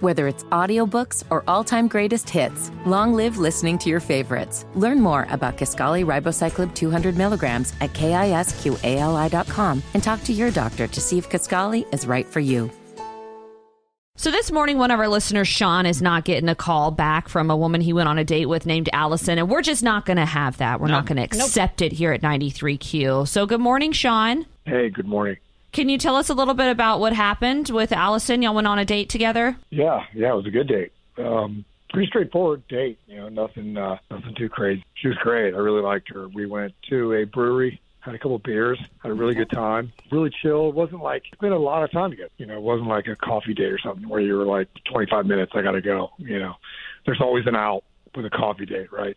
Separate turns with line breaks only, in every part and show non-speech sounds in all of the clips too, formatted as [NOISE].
Whether it's audiobooks or all-time greatest hits, long live listening to your favorites. Learn more about Kaskali Ribocyclib 200 milligrams at kisqali.com and talk to your doctor to see if Kaskali is right for you.
So this morning, one of our listeners, Sean, is not getting a call back from a woman he went on a date with named Allison, and we're just not going to have that. We're not going to accept it here at 93Q. So good morning, Sean.
Hey, good morning.
Can you tell us a little bit about what happened with Allison? Y'all went on a date together?
Yeah, yeah, it was a good date. Um, pretty straightforward date, you know, nothing, uh, nothing too crazy. She was great. I really liked her. We went to a brewery, had a couple beers, had a really good time, really chill. It wasn't like spent a lot of time together. You know, it wasn't like a coffee date or something where you were like 25 minutes, I got to go. You know, there's always an out with a coffee date, right?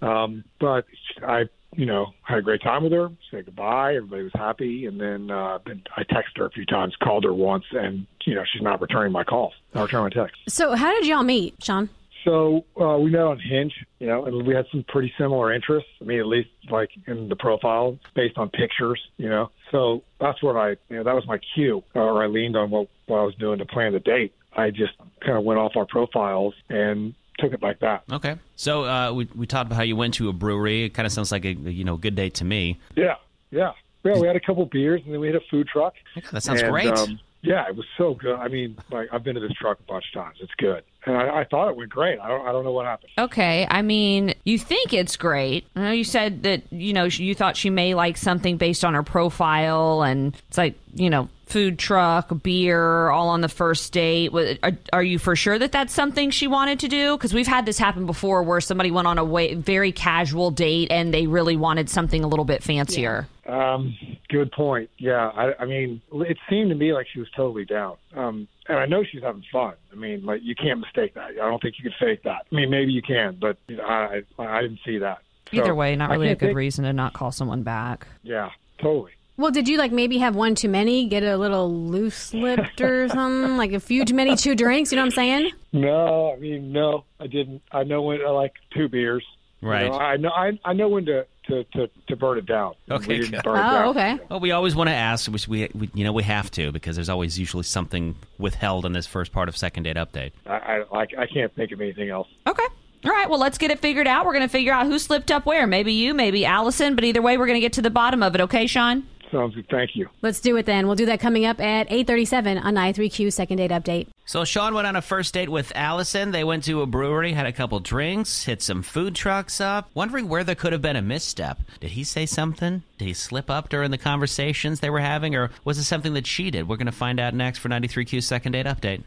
Um, but I, you know, had a great time with her. Said goodbye. Everybody was happy. And then uh, been, I texted her a few times, called her once, and you know, she's not returning my calls, not returning my texts.
So, how did y'all meet, Sean?
So uh, we met on Hinge, you know, and we had some pretty similar interests. I mean, at least like in the profile, based on pictures, you know. So that's what I, you know, that was my cue, or I leaned on what, what I was doing to plan the date. I just kind of went off our profiles and took it like that.
Okay. So uh, we we talked about how you went to a brewery. It kind of sounds like a you know good date to me.
Yeah, yeah, yeah. We had a couple beers, and then we hit a food truck.
That sounds
And,
great.
um, yeah, it was so good. I mean, like I've been to this truck a bunch of times. It's good, and I, I thought it went great. I don't, I don't know what happened.
Okay, I mean, you think it's great. I know you said that, you know, you thought she may like something based on her profile, and it's like, you know, food truck, beer, all on the first date. Wa- Are, are you for sure that that's something she wanted to do? Because we've had this happen before where somebody went on a way, very casual date and they really wanted something a little bit fancier.
Um, good point. Yeah, I, I mean, it seemed to me like she was totally down. Um, and I know she's having fun. I mean, like you can't mistake that. I don't think you can fake that. I mean, maybe you can, but you know, I, I, I didn't see that. So,
Either way, not
I
really a
can't
good
think-
reason to not call someone back.
Yeah, totally.
Well, did you like maybe have one too many, get a little loose
[LAUGHS]
lipped or something, like a few too many two drinks? You know what I'm saying?
No, I mean, no, I didn't. I know when I like two beers. You
Right.
know, I know. I, I know when to, to, to, to burn it down.
Okay,
We didn't
good.
burn it down.
Oh, okay.
Well, we always want to ask, which we, we you know we have to because there's always usually something withheld in this first part of second date update.
I, I like. I can't think of anything else.
Okay. All right. Well, let's get it figured out. We're going to figure out who slipped up where. Maybe you, maybe Allison, but either way, we're going to get to the bottom of it. Okay, Sean?
Sounds good. Thank you.
Let's do it then. We'll do that coming up at 8:37 on i3Q Second Date Update.
So Sean went on a first date with Allison. They went to a brewery, had a couple drinks, hit some food trucks up. Wondering where there could have been a misstep. Did he say something? Did he slip up during the conversations they were having, or was it something that she did? We're going to find out next for 93Q's second date update.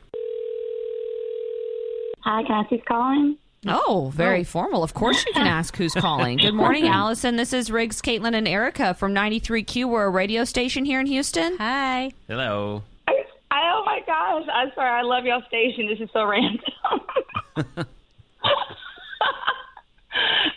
Hi, can I please call in?
Oh, very formal. Of course, you can ask who's calling. Good morning, Allison. This is Riggs, Caitlin, and Erica from 93Q. We're a radio station here in Houston.
Hi.
Hello.
I, oh my gosh, I'm sorry. I love y'all station. This is so random. [LAUGHS]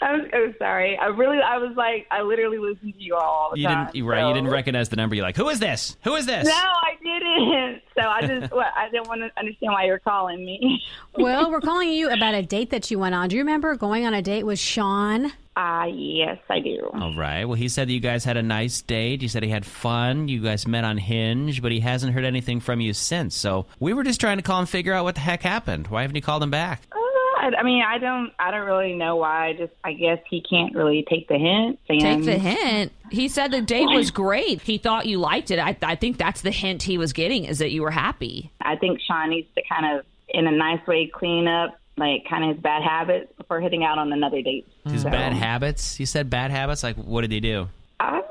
I'm, I'm sorry. I really, I was like, I literally listen to you all. all the
You
time,
didn't. You, right. You
so-
didn't recognize the number. You're like, who is this? Who is this?
No, I didn't. So I just, [LAUGHS] well, I didn't want to understand why you were calling me.
Oh.
Well, we're calling you about a date that you went on. Do you remember going on a date with Sean?
Ah, yes, I do.
All right. Well, he said that you guys had a nice date. You said he had fun. You guys met on Hinge, but he hasn't heard anything from you since. So we were just trying to call and figure out what the heck happened. Why haven't you called him back?
Uh, I, I mean, I don't, I don't really know why. I just, I guess he can't really take the hint.
Take
and-
the hint. He said the date was great. He thought you liked it. I, I think that's the hint he was getting is that you were happy.
I think Sean needs to kind of, in a nice way, clean up like kind of his bad habits before hitting out on another date.
His
So,
bad habits. You said bad habits. Like, what did he do?
I,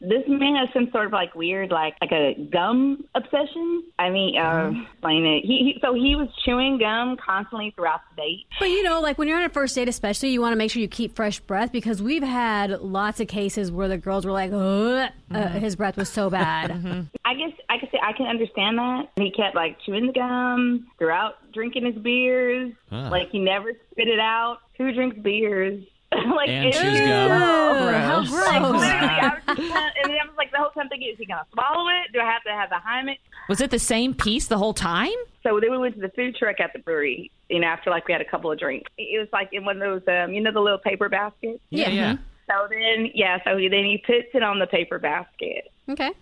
this man has some sort of like weird, like like a gum obsession. I mean, uh,
Uh-huh.
explain it. He, he so he was chewing gum constantly throughout the date.
But you know, like when you're on a first date, especially, you want to make sure you keep fresh breath because we've had lots of cases where the girls were like, "Ugh," uh, his breath was so bad.
I guess I could say I can understand that. He kept like chewing the gum throughout drinking his beers.
Ah.
Like he never spit it out. Who drinks beers? [LAUGHS] like
And
ew.
chews gum.
How
Gross.
gross. [LAUGHS]
[LAUGHS] Literally, I was just gonna- and then I was like, the whole time thinking, is he gonna swallow it? Do I have to have the Heimlich?
Was it the same piece the whole time?
So then we went to the food truck at the brewery. You know, after like we had a couple of drinks, it it was like in one of those, um, you know, the little paper baskets.
Yeah, yeah.
So then, yeah, so he, then he puts it on the paper basket,
Okay.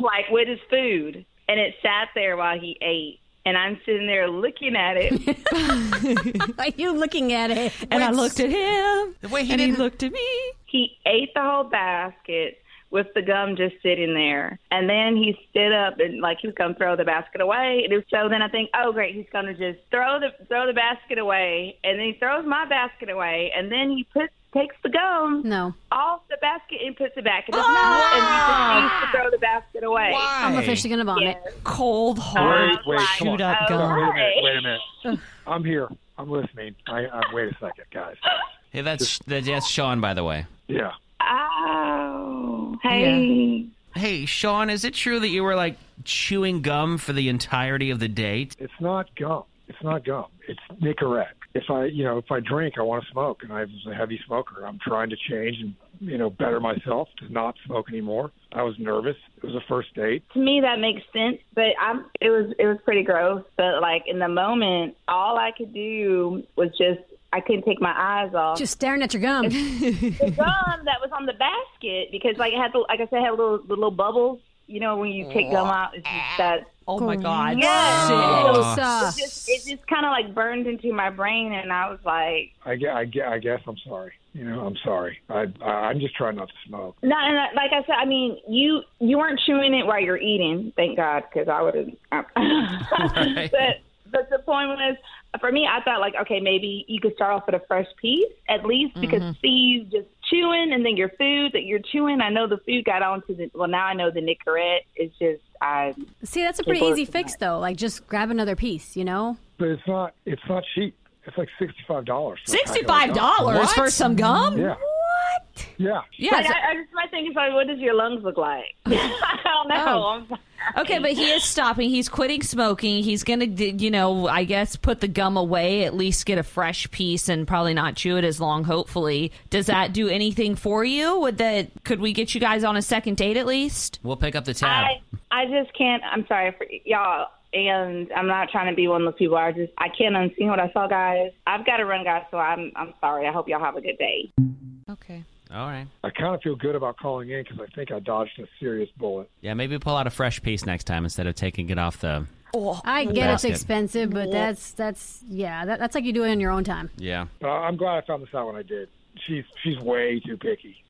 like with his food, and it sat there while he ate. and I'm sitting there looking at it.
[LAUGHS] Are you looking at it?
And I looked at him.
The way he
and
didn't-
he looked at me.
he ate the whole basket with the gum just sitting there. And then he stood up and like he was gonna throw the basket away. And so then I think, oh great, he's gonna just throw the throw the basket away. And then he throws my basket away. And then he puts takes the gum
No.
off the basket and puts it back in his mouth. And he just needs to throw the basket away.
I'm officially going to vomit.
Cold,
I
Uh,
hard,
was
Wait, wait, come
chewed
on.
up
Oh,
gum.
Wait a minute. Wait a minute. I'm here. I'm listening. I, I wait a second, guys.
Hey, that's that's Sean, by the way.
Yeah.
Oh, hey.
Hey, Sean, is it true that you were like chewing gum for the entirety of the date?
It's not gum. It's not gum. It's Nicorette. If I, you know, if I drink, I want to smoke, and I was a heavy smoker. I'm trying to change and, you know, better myself to not smoke anymore. I was nervous. It was a first date.
to me that makes sense but i'm it was it was pretty gross but like in the moment all i could do was just i couldn't take my eyes off
Just staring at your [LAUGHS] gum.
the gum that was on the basket because like it had the, like i said it had little the little bubbles you know when you take gum out it's just that
Oh my God.
Yes.
Shit.
Gross.
just it just kind of like burned into my brain and i was like
I, gue- I, gue- I guess I'm sorry. You know, I'm sorry. I, I I'm just trying not to smoke.
no and I- like i said i mean you you weren't chewing it while you're eating thank god because [LAUGHS] i would have
Right.
but but the point was for me i thought like okay maybe you could start off with a fresh piece at least because see you just chewing and then your food that you're chewing i know the food got onto the well now i know the nicorette is just i
See, that's a pretty easy fix, though. Like, just grab another piece, you know?
But it's not. It's not cheap. It's like sixty-five dollars.
Sixty-five dollars for some gum?
Yeah.
What?
Yeah.
Yeah.
like, I, I just my thing is like what does your lungs look like [LAUGHS] i don't know I'm sorry.
Okay, but he is stopping. He's quitting smoking. He's gonna, d- you know, I guess put the gum away. At least get a fresh piece and probably not chew it as long. Hopefully, does that do anything for you? Would that could we get you guys on a second date at least?
We'll pick up the tab.
I I just can't. I'm sorry for y'all, and I'm not trying to be one of those people. I just I can't unseen what I saw, guys. I've got to run, guys. So I'm I'm sorry. I hope y'all have a good day.
Okay.
All right.
I kind of feel good about calling in because I think I dodged a serious bullet.
Yeah, maybe pull out a fresh piece next time instead of taking it off the.
I get it's
Basket.
expensive, but that's, that's, yeah, that, that's like you do it in your own time.
Yeah.
But I- I'm glad I found this out when I did. She's she's way too picky.